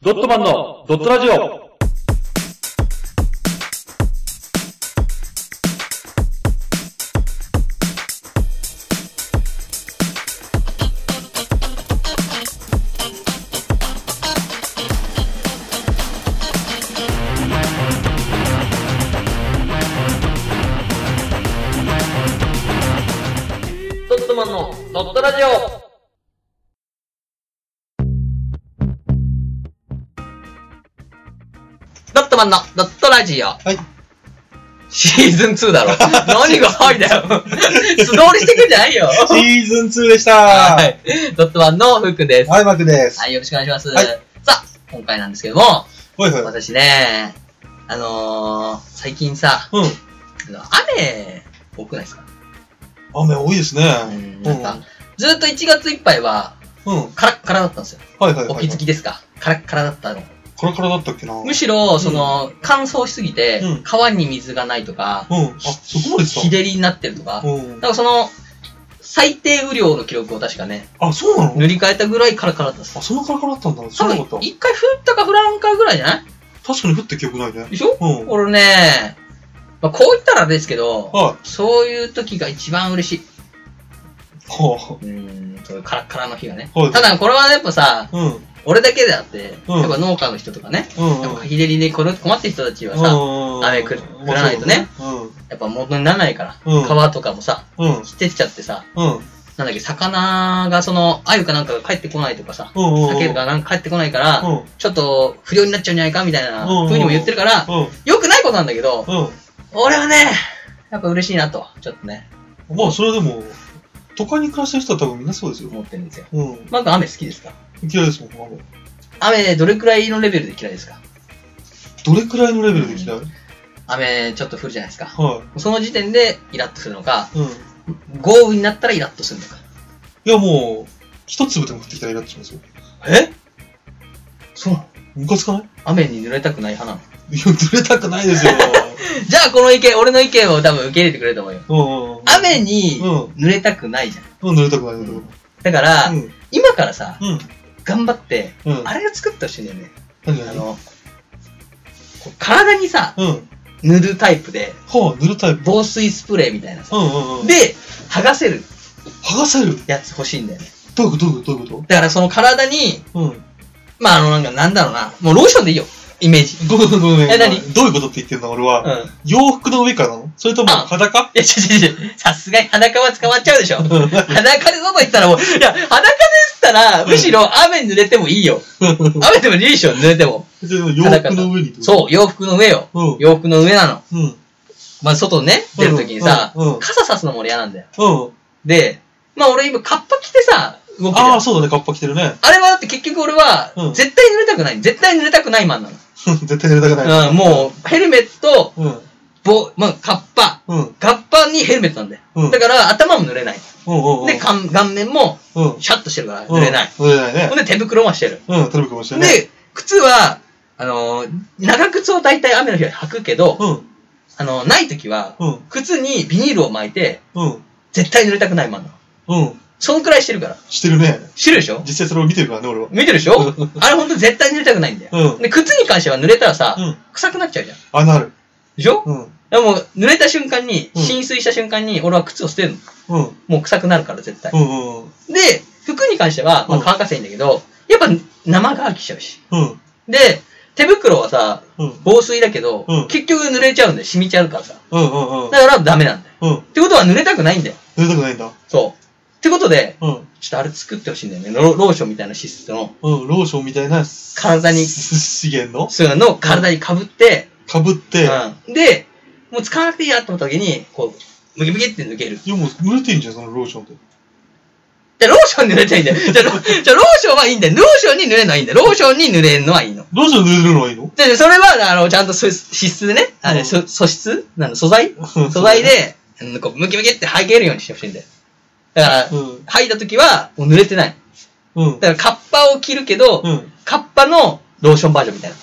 ドットマンのドットラジオドットマンのドットラジオドットマンのドットラジオはい。シーズン2だろ。 何がはいだよ。素通りしてくんじゃないよ。シーズン2でした。ははい。い。ドットマンのフックです。はい、マークです。はい、よろしくお願いします。はいさあ、今回なんですけども、ほいほい。うん。私ね、あのー、最近さ、あの雨、多くないですか雨多いですね。うんうなんん。かずっと1月いっぱいは、うん。カラッカラだったんですよ。はいはいはい。お気づきですかカラッカラだったの。これからだったっけな。うん。むしろ、その、乾燥しすぎてうん、川に水がないとか、あ、そこまで日来照りになってるとかた。、うんだか。らその、最低雨量の記録を確かね、あ、そうなの塗り替えたぐらいカラカラだったっすあ、。そんなカラカラだったんだ。知多らな分かった、。一回降ったか降らんかぐらいじゃない確かに降った記憶ないね。でしょうん。はい。俺ね、まあ、こう言ったらあれですけど、はそういう時が一番嬉しい。あ。うーん、そういうカラカラの日がね。はいただこれはやっぱさ、うん。うん。俺だけであって、うんやっぱ農家の人とかね、うん。やっぱ日照りでこれ困ってる人たちはさ、うん雨くる降らないとね。やっぱ元にならないから、うん川とかもさ、うん。うん。捨てちゃってさ、うん。なんだっけ、魚がその、鮎かなんかが帰ってこないとかさ、うん。うん。鮭とかなんか帰ってこないから、うん。ちょっと不良になっちゃうんじゃないかみたいなうん風にも言ってるから、うん。良くないことなんだけど、う俺はね、やっぱ嬉しいなと、ちょっとね、ん。まあ、それはでも、都会に暮らしてる人は多分みんなそうですよ。思ってるんですよ。うん。マーク雨好きですか嫌いですもん、雨。雨どれくらいのレベルで嫌いですかどれくらいのレベルで嫌い雨ちょっと降るじゃないですか。はその時点でイラッとするのか、い。うん。豪雨になったらイラッとするのか。いやもう、一粒でも降ってきたらイラッとしますよ。えそうなのムカつかない雨に濡れたくない派なのいや、濡れたくな いですよ。じゃあこの意見、俺の意見を多分受け入れてくれると思うよ。うんうんうん。雨にうん濡れたくないじゃん。うん、濡れたくない濡れたくだから、ない。うん。今からさ、うん。頑張って、うん。あれを作ってほしいんだよね。何あ何の、こう体にさ、うん。塗るタイプで、はあ、塗るタイプ。防水スプレーみたいなうさ。んうんうん。、で、剥がせる剥がせる。やつ欲しいんだよね。どういうことどういうことどういうこだからその体に、とうん。まああのなんかなんだろうな、もうローションでいいよ、イメージ。ごめんごめん。え何どういうことって言ってんの俺うん。いは。洋服の上からなのそれともあ 裸や、ちょちょちょ、さすがに裸は捕まっちゃうでしょ。裸で外行ったらもう、いや、裸でしたら、むしろ雨に濡れてもいいよ。雨でもいいでしょ、濡れても。でも洋服の上にってことそう、洋服の上よ。うん洋服の上なの。うん。まあ、外ね、出るときにさ、うんうんうん傘さすのも俺嫌なんだよ。うん。で、まあ俺今、カッパ着てさ、動くじゃんああ、そうだね。カッパ着てるね。 あれはだって結局俺はう、ん絶対濡れたくない。絶対濡れたくないマンなの。絶対濡れたくない。うん、もう、ヘルメット、う。うん。ぼ、まあ、カッパ。うん。うんカッパにヘルメットなんだよ。うんだから、頭も濡れない。うんうん。で、顔顔面も、うん。シャッとしてるから、濡れない。うん濡れないねほん。で、手袋もしてる。うん、テレビかもしれない。で、靴は、あのー、長靴を大体雨の日は履くけど、うん、あの、ない時は、うん、靴にビニールを巻いて、うん、絶対濡れたくないマンなの。うん。そそんくらいしてるから。してるね。知るでしょ実際それを見てるからね、俺は。見てるでしょ あれほんと絶対濡れたくないんだよ。うんで、靴に関しては濡れたらさ、うん臭くなっちゃうじゃん。あ、なる。でしょ、うん、でも濡れた瞬間に、うん浸水した瞬間に俺は靴を捨てるの。うん、もう臭くなるから絶対。うん、うん、で、服に関しては、まあ、うん乾かせばいいんだけど、やっぱ生乾きしちゃうし。うん、で、手袋はさ、うん、防水だけど、うん結局濡れちゃうんだよ。染みちゃうからさ。うん、うん、うんだ、からダメなんだよ。うん。ってことは濡れたくないんだよ。濡れたくないんだ。そう。ってことで、うん、ちょっとあれ作ってほしいんだよね。ロローションみたいな脂質の、うん、ローションみたいな、体に、す資源のそういうのを体に被って、かぶって、いやうんで、もう使わなくていいやと思った時に、こう、ムキムキって抜ける。もう濡れてんじゃん、そのローションで。じゃあローション濡れちゃいいんだよ。じゃあロ、じゃあローションはいいんだよ。ローションに濡れるのはいいんだよ。ローションに濡れるのはいいの。ローション濡れるのはいいのじゃあそれは、あの、ちゃんと素脂質でね、あうれ、んそ素質なの素材うん素材で、うんこうムキムキって履けるようにしてほしいんだよ。だから、うん、履いた時は、もう濡れてない。うん、だから、カッパを着るけど、うん。カッパのローションバージョンみたいな。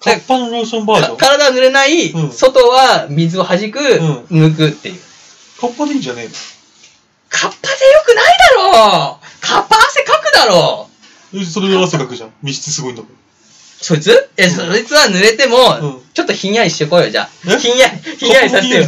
カッパのローションバージョン。かカ体は濡れない、うん外は水を弾く、ん抜くっていう。ッパでいいんじゃねカッパでよくないだろうカッパ汗かくだろうえのえそれで汗かくじゃん。密室すごいんだもん。そいつえ、そいつは濡れても、うんちょっとひんやりしてこいよ、じゃあ。えひんやり、ひんやりさせてよ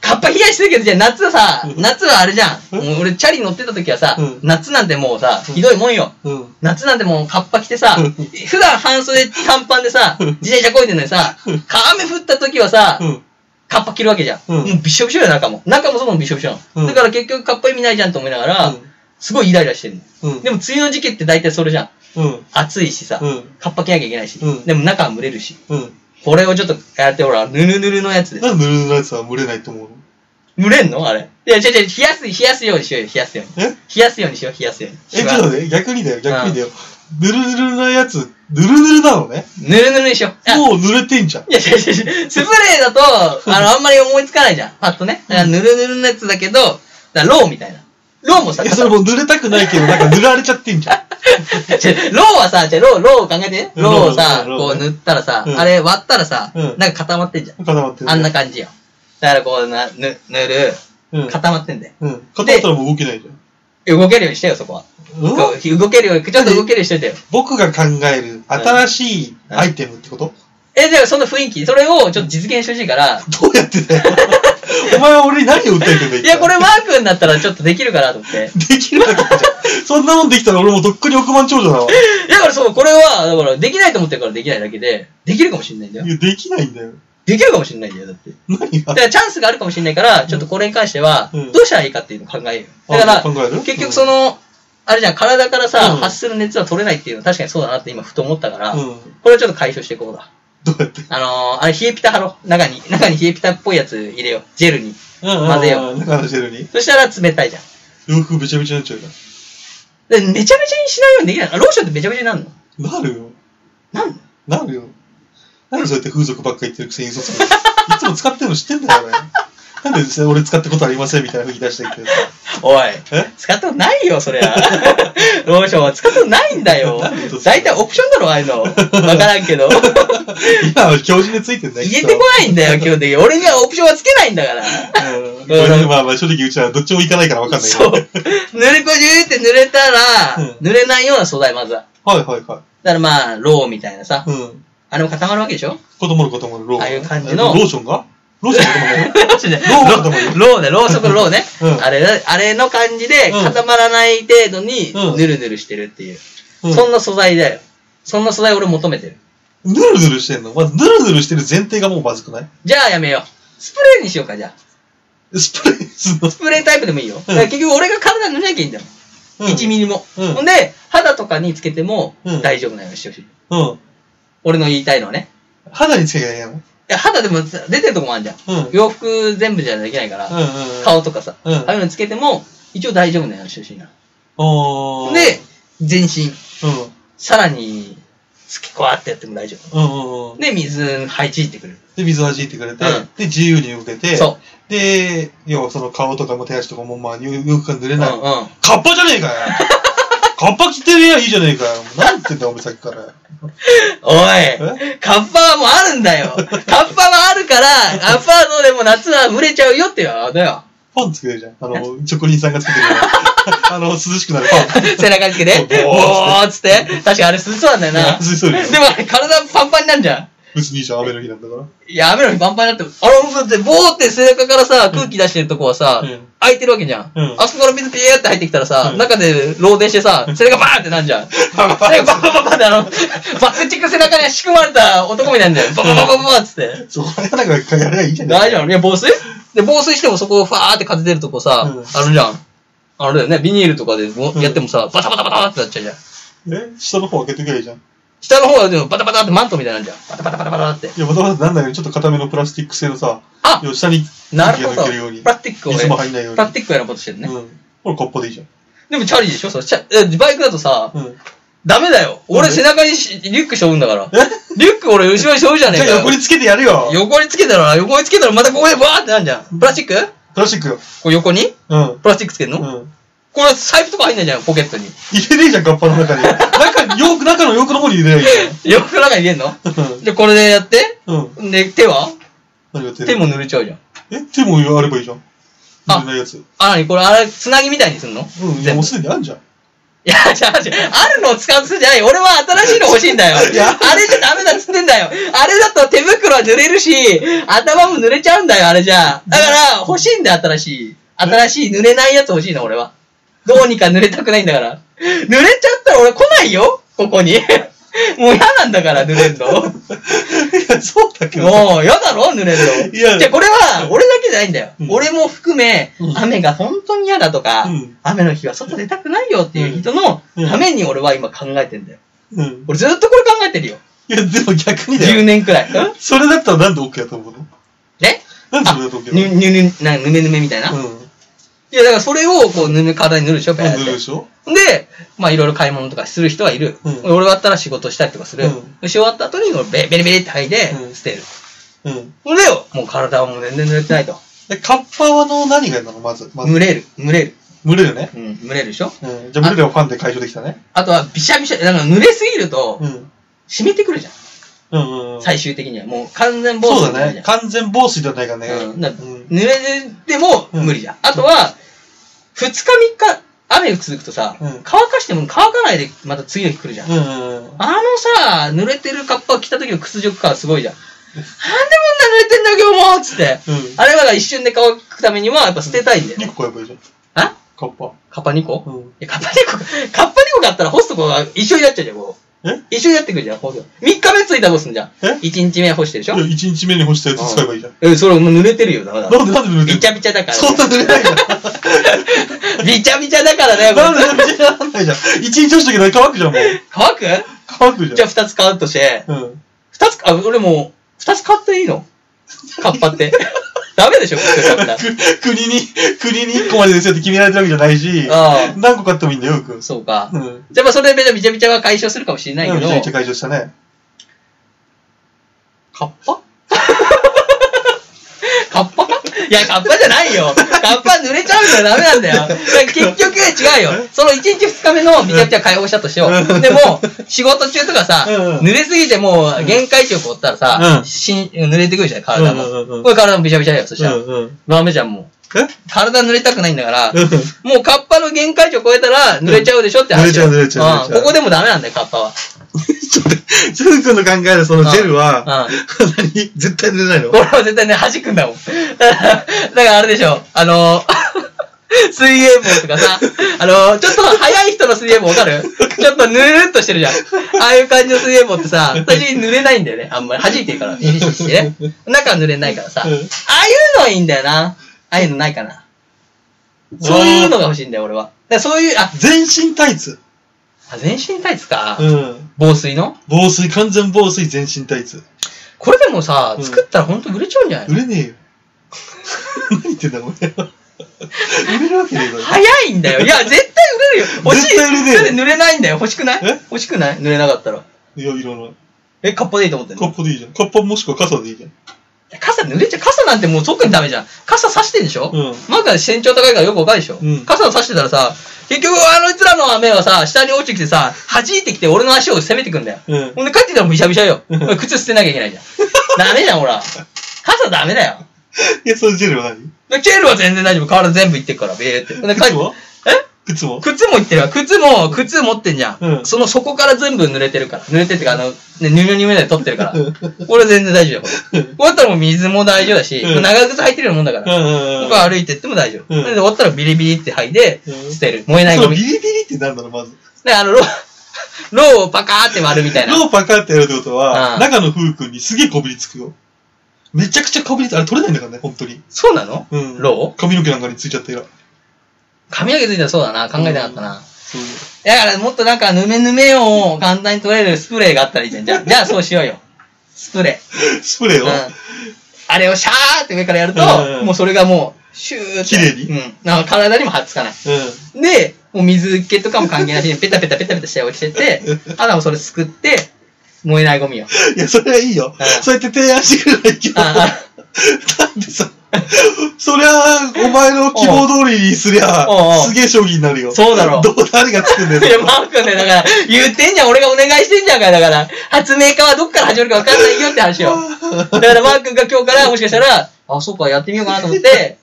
カッパもひんやり。すカッパひんやりしてるるじゃん。けど、じゃあ夏はさ、うん夏はあれじゃん。うんもう俺、チャリ乗ってた時はさ、うん夏なんてもうさ、うんひどいもんよ。うん。夏なんてもうカッパ着てさ、うん普段半袖短パンでさ、うん自転車こいでんのにさ、うん雨降った時はさ、うん。カッパ着るわけじゃん。うんもうびしょびしょよ、中も。中も外もびしょびしょなの。うんだから結局カッパ意味ないじゃんと思いながら、すごいイライラしてるの。うん。でも梅雨の時期って大体それじゃん。うん。暑いしさ、うん。カッパ着なきゃいけないし、うんでも中は蒸れるし。うん。これをちょっとやって、ほら、ぬるぬるのやつで。なんで濡れのやつは蒸れないと思うの蒸れんのあれ。いや、違う違う、冷やす、冷やすようにしようよ、冷やすように。え冷やすようにしよう、冷やすように。え、ちょっと待って、逆にだよ、逆にだよ。ぬるぬるのやつ、ぬるぬるなのね。ぬるぬるにしよう。あもう濡れてんじゃん。いや、違う違う違う。スプレーだと、あの、あんまり思いつかないじゃん。パッとね。だから、ぬるぬるのやつだけど、だからローみたいな。ローもさ、いや、それもう濡れたくないけど、なんか濡られちゃってんじゃん。違うローはさ、じゃあロー、ローを考えて。うんローをさ、ローこうロー塗ったらさ、うんあれ割ったらさ、うんなんか固まってんじゃん。固まってる、ね。あんな感じよ。だからこう、な、ぬ、塗る、うん。固まってんだよ。うん。固まったらもう動けないじゃん。動けるようにしてよ、そこは。こうんう動けるように、ちょっと動けるようにしててよ。僕が考える新しいアイテムってこと、え、じゃあその雰囲気、それをちょっと実現してほしいから、どうやってだよ。 お前は俺に何を訴えてんだよ。いや、これマー君だったらちょっとできるかなと思って。できるわけじゃん。そんなもんできたら俺もうとっくに億万長者 だわ。いだからそう、これは、だから、できないと思ってるからできないだけで、できるかもしれないんだよ。や、できないんだよ。できるかもしれないんだよ、だって。何が だからチャンスがあるかもしれないから、ちょっとこれに関しては、うんどうしたらいいかっていうのを考える。だかあ考えら、る結局その、あれじゃん、体からさ、うん発する熱は取れないっていうのは確かにそうだなって今ふと思ったから、うん。これをちょっと解消していこうだ。どうやってあのー、あれ、冷えピタ貼ろう。中に、中に冷えピタっぽいやつ入れよう。ジェルに。混ぜよう。中のシェルに。そしたら冷たいじゃん。洋服べちゃべちゃになっちゃうじゃでめちゃめちゃにしないようにできないのローションってめちゃめちゃになるのん。なるよ。なんのなるよ。なんでそうやって風俗ばっか言ってるくせに嘘つく のいつも使ってるの知ってんだよ、俺。なんで俺使ったことありませんみたいなふうに出してるけどさ。おい。え使ったことないよ、そり ゃ。ローションは使ったことないんだよなんで。大体オプションだろ、ああ いうの。わからんけど。今は教授についてんだよ。入れてこないんだよ、基本的に。俺にはオプションはつけないんだから。うんこれまあまあ正直うちはどっちも行かないから分かんないけそう。ど。濡れこじゅーって濡れたら、うん濡れないような素材、まずは。はいはいはだからまあ、ローみたいなさい。。うん。あれも固まるわけでしょ子供の子供のロー。ああいう感じのローションがローションの子供の ローローローね、ローソクのローねう。んあれだ、あれの感じでうん固まらない程度にうんヌルヌルしてるっていう。うんそんな素材だよ。そんな素材俺求めてる。ぬるぬるしてんのまずぬるぬるしてる前提がもうまずくないじゃあやめよう。スプレーにしようか、じゃあ。スプレーすんのスプレータイプでもいいよ。だから結局俺が体塗らなきゃいいんだよ。うん1ミリも。うんほんで、肌とかにつけてもうん大丈夫なようにしてほしい。うん。俺の言いたいのはね。肌につけなきゃいけないのいや、肌でもさ出てるとこもあるじゃん。うん。洋服全部じゃできないから、うんうん。顔とかさ、うんああいうのつけても一応大丈夫なようにしてほしいな。おー。で、全身、うん、さらに、つきこうやってやっても大丈うんうんうん夫。。で、水、はいじいてくる。で、水を弾いてくれて、うんで、自由に動けて、。そうで、要はその顔とかも手足とかも、まあ、よよく濡う。れうんない。うん。カッパじゃねえかよカッパ着てりゃいいじゃねえかよなんて言ってんだ、お前さっきから。おい、カッパはもうあるんだよ。カッパはあるから、カッパはどうでも夏は蒸れちゃうよってよ。だよ。パンつけるじゃん。あの、職人さんがつけてるよ うなあの、涼しくなるパン。背中つけて、そうおーっつって。確かあれ涼しそうなんだよな。涼し そうだよでもあれ体パンパンになるじゃん。別にいいじゃん、雨の日なんだから。いや、雨の日パンパンになって、あれ、だって、ボーって背中からさ、空気出してるとこはさ、うん空いてるわけじゃん。うんあそこから水ピエーって入ってきたらさ、うん中で漏電してさ、背中バーンってなんじゃん。背中バーバーバーバーってあの、爆竹背中に仕組まれた男みたいなんだよ。ババババババーっつって。そこら辺なんかやればいいじゃん。大丈夫いや、防水で、防水してもそこをファーって風出るとこさ、うんあのじゃん。あれだよね、ビニールとかでもうんやってもさ、バタバタバタってなっちゃうじゃん。え下の方開けてくればいいじゃん。い下の方はでもバタバタってマントみたいなんじゃん。バタバタバタバタって。や、またまたなんだよ、ちょっと固めのプラスティック製のさ、あ要は下になるほ空気ど。が抜プけるように。ラスティックをね水も入んないようにプラスティックをやることしてるね。うん。これカッパでいいじゃん。でもチャリでしょそれチャえバイクだとさ、うん。ダメだよ。な俺んで背中にしリュック背負うんだから。えリュック俺後ろに背負うじゃねじえゃあかよ。横につけてやるよ。横につけたら、横につけたらまたここでバーってなんじゃん。プラスチックプラスチックよ。こう横にうん。プラスチックつけんの、うん。これ財布とか入んないじゃん、ポケットに。入れねえじゃん、カッパの中に。中に、洋服、中の洋服の方に入れないい洋服の中に入れんのじゃん。で、これでやってうん。で、手は何やってる手も濡れちゃうじゃん。え、手もあればいいじゃん。あ濡れないやつ。あ、なにこれ、あれ、つなぎみたいにすんの うん、いや、もうすでにあるじゃん。いや、じゃあ、じゃあ、あるのを使う癖じゃない。俺は新しいの欲しいんだよ。いやあれじゃダメだっつってんだよ。あれだと手袋は濡れるし、頭も濡れちゃうんだよ、あれじゃ。だから、欲しいんだよ、新しい。新しい濡れないやつ欲しいの、俺は。どうにか濡れたくないんだから。濡れちゃったら俺来ないよ、ここに。もう嫌なんだから、濡れんの。いや、そうだけどさ。 もう、嫌だろ濡れるの。いやじゃあこれは、俺だけじゃないんだよ。うん俺も含めう、ん雨が本当に嫌だとか、うん雨の日は外出たくないよっていう人のうんために俺は今考えてんだよ。うん。俺ずっとこれ考えてるよ。いや、でも逆にだ10よ。年くらい。んそれだったらなんで OK だと思うのねなんでそれだとぬ OK なぬぬなぬめぬめみたいな。いのうん。や、だからそれをこう、ぬぬ体に塗るでしょ、ペーっなてんででしょで、まあいろいろ買い物とかする人はいる。うん俺終わったら仕事したりとかする。うんでし終わった後に俺ベベリベリって吐いてうん捨てる。うん。それでよ、もう体はもう全然濡れてないと。で、カッパはの何がなのまず。まず蒸。れる、蒸れる。群れるね。うん、蒸れるでしょうん。じゃあ、群れをファンで解消できたね。あとはびしゃびしゃ、なんか濡れすぎるとう、ん。湿ってくるじゃん。うんうんうん。最終的には。もう完全防そ水うになだるじねゃ。ん。完全防水ではないからね。うんだからうん濡れても無理じゃん。あとは、2日3日雨が続くとさ、うん乾かしても乾かないでまた次の日来るじゃん。うんうんうん。あのさ、濡れてるカッパを着た時の屈辱感すごいじゃん。なんでこんな濡れてんだ今日もつって。うん。あれはだから一瞬で乾くためにはやっぱ捨てたいんだよね。 2個買えばいいじゃん。あカッパ。カッパ2個うん。いやカッパ2個、カッパ2個買ったら干すとこが一緒になっちゃうじゃん、もう。え一緒になってくるじゃん、干す。3日目ついたらどうすんじゃん。え ?1 日目は干してるでしょいや、1日目に干したやつ使えばいいじゃん。え、それもう濡れてるよ、だから。なんでなんで濡れてびるちゃびちゃだから。そんな濡れないじゃん。びちゃびちゃだからね、なんこでれ濡れてならないじゃん。1日干しとけない乾くじゃん、もう。乾く乾くじゃん。じゃあ2つ買うとして、うん。 2つ、あ、俺もう、2つ買っていいのカッパ って。ダメでしょ、これ買ったら。く国に、国に1個までですよって決められてるわけじゃないし、ああ何個買ってもいいんだよ、よく。そうか。うん。じゃあまあそれでびちゃびちゃは解消するかもしれないけめどちゃ、めちゃ解消したね。カッパ カッパいや、カッパじゃないよ。カッパ濡れちゃうからダメなんだよ。だから結局違うよ。その1日2日目のびちゃびちゃ解放したとしようう。んでも、仕事中とかさ、うん濡れすぎてもう限界値を超ったらさ、うんしん濡れてくるじゃん、体も。うんうんうんうんこれ体もびちゃびちゃだよ、そしたら。うん。ダメじゃん、もう。え体濡れたくないんだから、うんもうカッパの限界値を超えたら濡れちゃうでしょって話よ。うん濡れちゃう濡れちゃう濡れちゃうんここでもダメなんだよ、カッパは。ちょっと、ジュン君の考えるそのジェルは、うん 何絶対濡れないの 俺は絶対ね、弾くんだもん。 だから、だからあれでしょ、あの、 水泳帽とかさ、あの、ちょっと速い人の水泳帽わかるちょっとぬるっとしてるじゃん。ああいう感じの水泳帽ってさ、最初に濡れないんだよね。あんまり弾いてるから、意識してね。中は濡れないからさ、ああうんいうのいいんだよな。ああいうのないかな。そういうのが欲しいんだよ、俺は。だからそういう、あ、全身タイツ。あ全身タイツか。うん。防水の防水、完全防水全身タイツ。これでもさ、うん作ったらほんと売れちゃうんじゃないの売れねえよ。 何言ってんだ、これ。売れるわけねえだろ。早いんだよ。いや、 絶対売れるよ。欲しい。絶対売れねえよだって濡れないんだよ。欲しくないえ欲しくない濡れなかったら。いや、いろんな。え、カッパでいいと思ってんカのッパでいいじゃん。カッパもしくは傘でいいじゃん。傘濡れちゃう。傘なんてもう特にダメじゃん。傘差してんでしょうんマークは身長高いからよくわかるでしょうん傘差してたらさ、結局あのいつらの雨はさ、下に落ちてきてさ、弾いてきて俺の足を攻めてくんだよ。うんほんで帰ってきたらびしゃびしゃよ。うん俺靴捨てなきゃいけない じゃん。ダメじゃん、ほら。傘ダメだよ。いや、そのジェルは何でチェールは全然大丈夫。体全部いってっから、ビーって。ほんで帰って靴はえ靴も靴もいってるわ。靴も、靴持ってんじゃん。うんその底から全部濡れてるから。濡れてってか、あの、ね、ぬにゅにゅまで取ってるからうん。これ全然大丈夫だよう。ん終わったらもう水も大丈夫だし、うん長靴履いてるようなもんだから。うん僕は歩いてっても大丈夫。うんで終わったらビリビリって履いて、うん捨てる。燃えないそゴのミ。ビリで、ビリってなんだろう、まず。あの、ロー、ローをパカーって割るみたいな。ローパカってやるってことうは、ん中の風君にすげえこびりつくよ。めちゃくちゃこびりつく。あれ取れないんだからね、本当に。そうなのうん。ロー髪の毛なんかについちゃってよ。髪の毛ついたらそうだな。考えてなかったな。そういうだからもっとなんか、ぬめぬめを簡単に取れるスプレーがあったらいいじゃん。じゃあ、じゃあそうしようよ。スプレー。スプレーを。うんあれをシャーって上からやると、うんもうそれがもう、シューって。綺麗にうん。なんか体にもはっつかない。うで、もう水気とかも関係な しに、ペタペタペタペタして落ちてて、あとはそれすくって、燃えないゴミを。 ん。いや、それはいいようん。そうやって提案してくれないけど。あなんでさ、そりゃあ、お前の希望通りにすりゃおうおう、すげえ商品になるよ。そうだろうどう、誰が作るんだいや、よ。マー君ね、だから、言ってんじゃん、俺がお願いしてんじゃんかよ、だから、発明家はどっから始まるか分かんないよって話よ。だから、マー君が今日から、もしかしたら、あ、 そうか、やってみようかなと思って、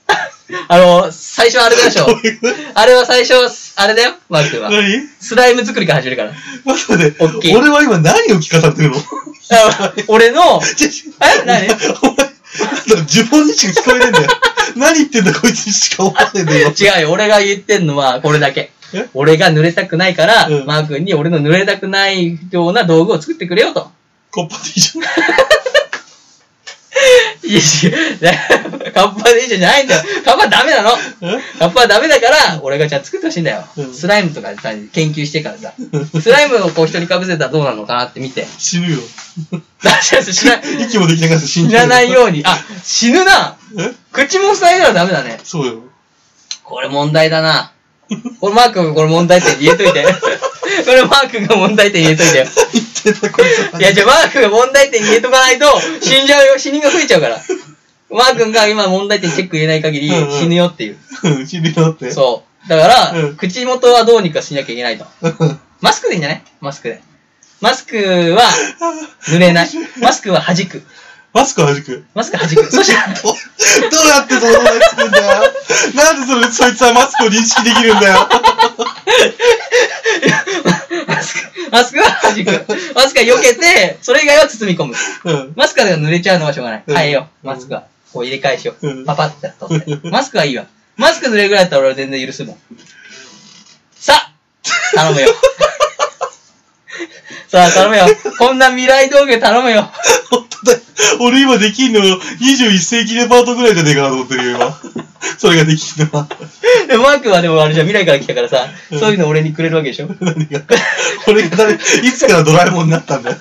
あの、最初はあれでしょどういう。あれは最初、あれだよ、マー君は。何スライム作りから始めるから。待っておっ待っきて、い俺は今何を聞かされてるの 俺 の、え何違うお前、なんだろう、呪文にしか聞こえねえんだよ。何言ってんだこいつにしか思わねえんだよ。よ、俺が言ってんのはこれだけえ。俺が濡れたくないから、うんマー君に俺の濡れたくないような道具を作ってくれよと。 コッパでいいじゃん。いやいや、カッパでいいじゃないんだよ。カッパダメなの。えカッパはダメだから、俺がじゃあ作ってほしいんだよ。うんスライムとかさ、研究してからさ。スライムをこう人に被せたらどうなのかなって見 て。死ぬよ。死な 息もできながら死ん死じゃうなないように。あ、死ぬな。え口も塞いだらダメだね。そうよ。これ問題だな。これマー君、これ問題点言えとい て。これマー君が問題点言えといてよ。言ってんだこいついや、じゃあマー君が問題点言えとかないと、死んじゃうよ。死人が増えちゃうから。マー君が今問題点チェック入れない限りうんうん死ぬよっていう。うん死ぬよって。そう。だから、うん口元はどうにかしなきゃいけないと。うん。マスクでいいんじゃないマスクで。マスクは濡れない。マスクは弾く。 マスクを弾く。マスク弾く。そ したら、どどうやってその名前つくんだよ。なんでそれ、そいつはマスクを認識できるんだよ。マスク、マスクは弾く。マスクは避けて、それ以外は包み込む。うん。マスクが濡れちゃうのはしょうがない。うん変えよう。マスクは。こう入れ替えしようう。んパパッてやっとって。マスクはいいわ。マスク濡れるぐらいだったら俺は全然許すもん。さあ頼むよ。 さあ、頼むよ。こんな未来道具頼むよ。 本当だよ。俺今できんの、21世紀デパートぐらいじゃねえかなと思ってるよ、今。 それができんのは。 でマークはでもあれじゃん未来から来たからさ、うんそういうの俺にくれるわけでしょ。何が。俺が誰、いつからドラえもんになったんだよ。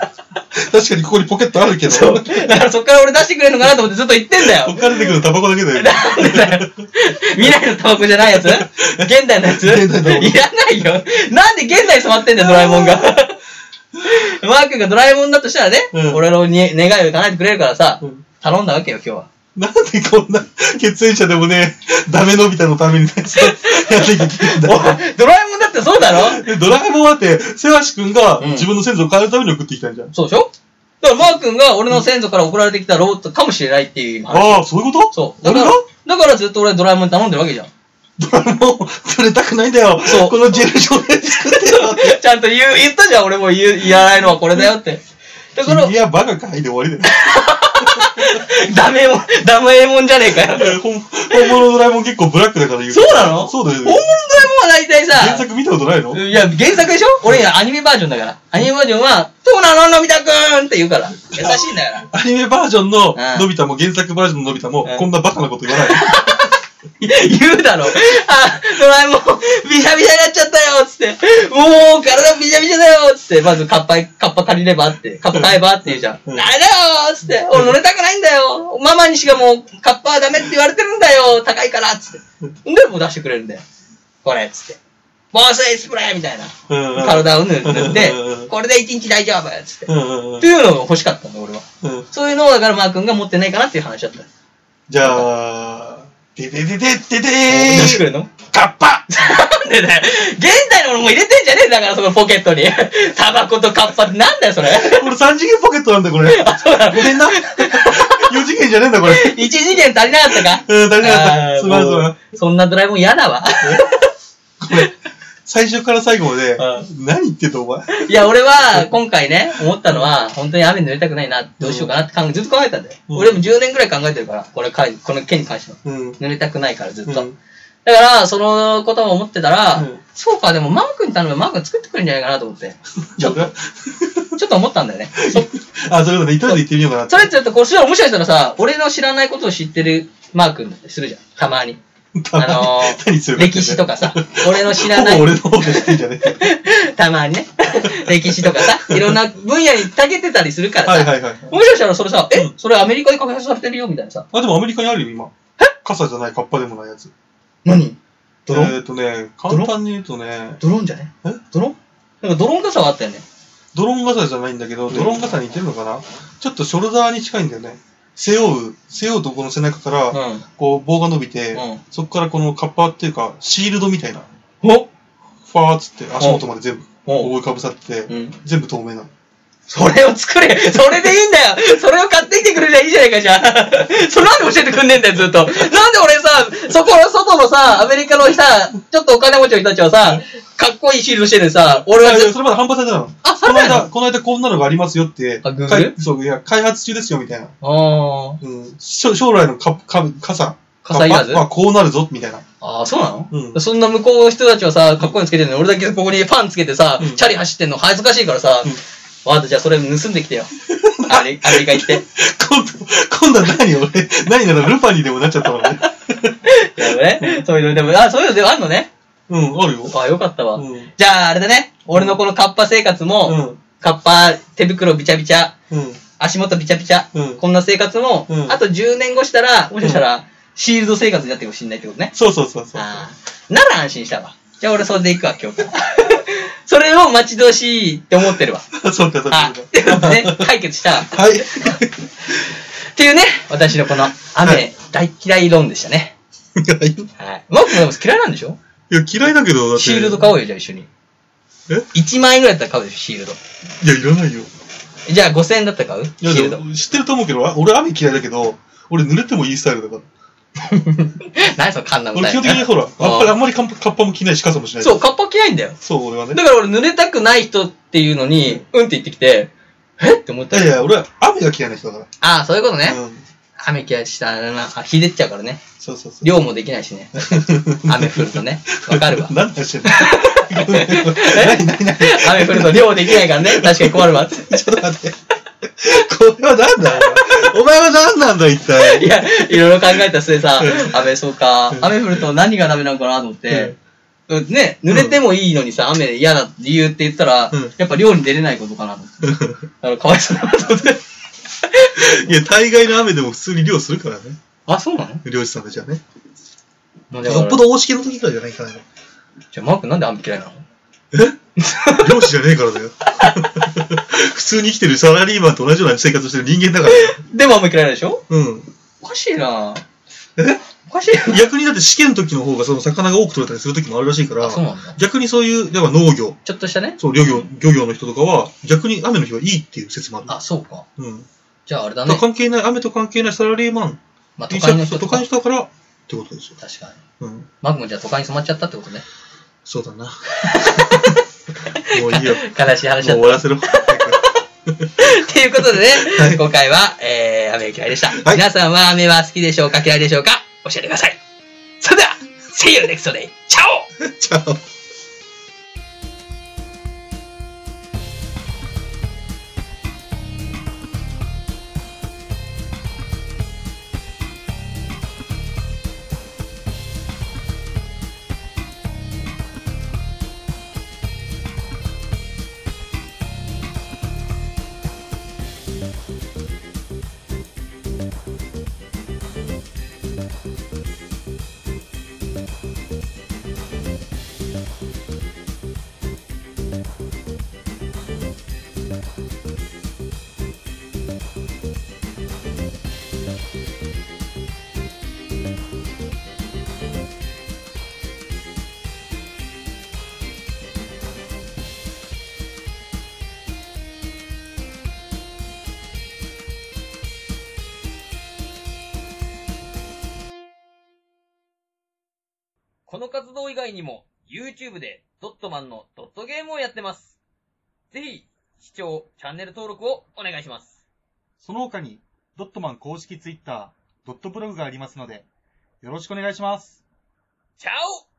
確かにここにポケットあるけど。そう。だからそっから俺出してくれるのかなと思ってずっと言ってんだよお。金でくるタバコだけだよ。なんでだよ。未来のタバコじゃないやつ現代のやつ現代のいらないよ。なんで現代に染まってんだよ、ドラえもんが。 マークがドラえもんだとしたらね、うん俺のに願いを叶えてくれるからさ、うん頼んだわけよ、今日は。なんでこんな血縁者でもね、ダメのび太のためにね、そうやってきてんだよ。おいドラえもんだってそうだろでドラえもんはだって、セワシ君がうん自分の先祖を変えるために送ってきたんじゃん。そうでしょだからマー君が俺の先祖から送られてきたロボットかもしれないっていう話。ああ、そういうことそう。だ俺かがら、だからずっと俺ドラえもんに頼んでるわけじ ゃん。ドラえもん、取れたくないんだよ。そうこのジェル少年作ってよって。ちゃんと言う、言ったじゃん、俺も言う、言わないのはこれだよって。だから、君はバカかいで終わりだよ。ダメもん、ダメもんじゃねえかよ。本本物のドラえもん結構ブラックだから言う。そうなのそうだよ本。物のドラえもんは大体さ、原作見たことないのいや、原作でしょ俺アニメバージョンだから。アニメバージョンは、そうなの、のび太くんって言うから。優しいんだから。アニメバージョンのうんのび太も原作バージョンののび太もうんこんなバカなこと言わない。言うだろ。あ、ドラえもん、ビシャビシャになっちゃったよっつって。もう、体ビシャビシャだよっつって。まず、カッパ、カッパ借りればって。カッパ買えばって言うじゃん。あうれんだよっつって。俺乗れたくないんだよ。ママにしかもう、カッパはダメって言われてるんだよ。高いからっつって。んで、もう出してくれるんだよ。これっつって。防水スプレーみたいな。うんうん体を塗ってうん、これで一日大丈夫っつって。うんうんうんっていうのが欲しかったんだ、俺は。うんそういうのを、だからマー君が持ってないかなっていう話だった。じゃあ、でででででで出してくれーるのカッパなんでだよ。現代のものも入れてんじゃねえだから、そのポケッ トに。タバコとカッパってなんだよ、それ。これ3次元ポケットなんだこれ。あ、そうなのごめんな。4次元じゃねえんだこれ。 一次元足りなかったか うん足りなかったあーすまんもうすまんそんなドラえもん嫌だわ。これ、最初から最後までう、何言ってんだお前。いや、俺は、今回ね、思ったのは、本当に雨に濡れたくないな、どうしようかなって考え、ずっと考えたんだよ。うん俺も10年ぐらい考えてるから、これかい、この件に関しては。うん。濡れたくないから、ずっと。うんだから、そのことを思ってたら、うんそうか、でもマー君に頼めばマー君作ってくれるんじゃないかなと思って、ちょっと、ちょっと思ったんだよね。そあ、それまで一人で行ってみようかなってそれってだってこうそれもしかしたらさ、俺の知らないことを知ってるマー君だってするじゃん。たまに。たまにあのー 何するかって歴史とか さ俺の知らないほぼ俺の方が知ってんじゃ ねえかたま にね。歴史とかさ、いろんな分野に長けてたりするからさ。はいはいはいはいもしかしたらそれさ、え、うんそれアメリカで開発されてるよみたいなさ。あ、でもアメリカにあるよ、今。傘じゃない、カッパでもないやつ。何えドローン、ーとね、簡単に言うとね、ドローンじゃねえドローンなんかドローン傘があったよね。ドローン傘じゃないんだけど、うんドローン傘に似てるのかなちょっとショルダーに近いんだよね。背負う、背負うとこの背中から、うこう棒が伸びて、うんそこからこのカッパっていうか、シールドみたいな、ん。おファーっつって足元まで全部お覆いかぶさってて、うん。全部透明なの。それを作れそれでいいんだよそれを買ってきてくれりゃいいじゃないか、じゃあ。それなんで教えてくんねえんだよ、ずっと。なんで俺さ、そこの外のさ、アメリカのさ、ちょっとお金持ちの人たちはさ、かっこいいシールドしてるのにさ、俺はあいずやっそと、れまだ販売されてたの。あ、それこのだよ。間、この間こんなのがありますよって、あ Google？かいそういや開発中ですよみたいな。あーうん、将将来のかか傘傘いらずはこうなるぞみたいな。あー、そうなのうんそんな向こうの人たちはさ、かっこいいのつけてるのに、俺だけここにパンつけてさ、うんチャリ走ってんの恥ずかしいからさ、うんわかった、じゃあそれ盗んできてよ。アメリアメリカ行 って。今度、今度は何俺、 何ならルパンにでもなっちゃったのね。やるね。そういうの、でも、あ、そういうのでもあんのね。うん、あるよ。あ、よかったわ。うん。じゃあ、あれだね。俺のこのカッパ生活も、うん。カッパ、手袋びちゃびちゃ、うん。足元びちゃびちゃ、うんこんな生活も、うんあと10年後したら、もしかしたら、シールド生活になってるかもしれないってことね。そうそうそうそう。ああ。なら安心したわ。じゃあ俺それで行くわ、 今日から。それを待ち遠しいって思ってるわ。そうか、そあうか。、っていうことでね、解決したわ。っはい。 ていうね、私のこの雨、はい大嫌い論でしたね。はい。マークもでも嫌いなんでしょいや、嫌いだけど、だって。シールド買おうよ、じゃあ一緒に。え ?1 万円ぐらいだったら買うでしょ、シールド。いや、いらないよ。じゃあ5000円だったら買うシいや、ールでド。も知ってると思うけど、あ俺雨嫌いだけど、俺濡れてもいいスタイルだから。 何そのカンナみ俺たい基な。本的にほら、ああんまり、あんまりカッパカッパも着ないし、傘もしない。そう、。カッパ嫌いんだよ。そう、俺はねだ。から俺濡れたくない人っていうのに、うんって言ってきて、えって思っいたやいや、俺は雨が嫌いな人だかああ、そういうことねら。。うん。雨嫌いしたらな、あ、ひでっちゃうからね。そうそうそう。。量もできないしね。雨降るとね。わかるわ 何の話して んの何何何雨降ると量できないからね。確かに困る わ。ちょっと待って。これは何だお前お前は何なんだ一体。 いや、いろいろ考えた末さう、雨そうかう。ん雨降ると何がダメなのかなと思って。ね、濡れてもいいのにさ、雨嫌な理由って言ったらうん、やっぱ漁に出れないことかなと思って。だからかわいそうだなと思って。いや、大概の雨でも普通に漁するからね。 あ、そうなの漁師さんたちはね。まあだからよっぽど大しけの時からじゃないかな。じゃあマー君なんで雨嫌いなの漁師じゃねえからだよ。普通に生きてるサラリーマンと同じような生活をしてる人間だからね。 でも雨嫌いなんでしょうん。おかしいなえおかしい な逆にだって試験の時の方がその魚が多く取れたりする時もあるらしいからあ、そうなんだ。逆にそういう、やっぱ農業、ちょっとしたね。そう、漁業、漁業の人とかは、逆に雨の日はいいっていう説もある。あ、そうか。うん。じゃああれだだねから。関係ない、雨と関係ないサラリーマンまあ、都都会会のの人人と都か会確の人だからってことですよ。かに。うん。マー君じゃあ都会に染まっちゃったってことね。そう だな。もういいよ。も悲しいう話だっ終た。わ らせろ。っていう ことでね、はい今回は、えー、雨嫌いでした。はい皆さんは雨は好きでしょうか嫌いでしょうか教えてください。それでは、See you next day! チャオチャオ。この活動以外にも、YouTube でドットマンのドットゲームをやってます。ぜひ、視聴、チャンネル登録をお願いします。その他に、ドットマン公式ツイッター、ドットブログがありますので、よろしくお願いします。チャオ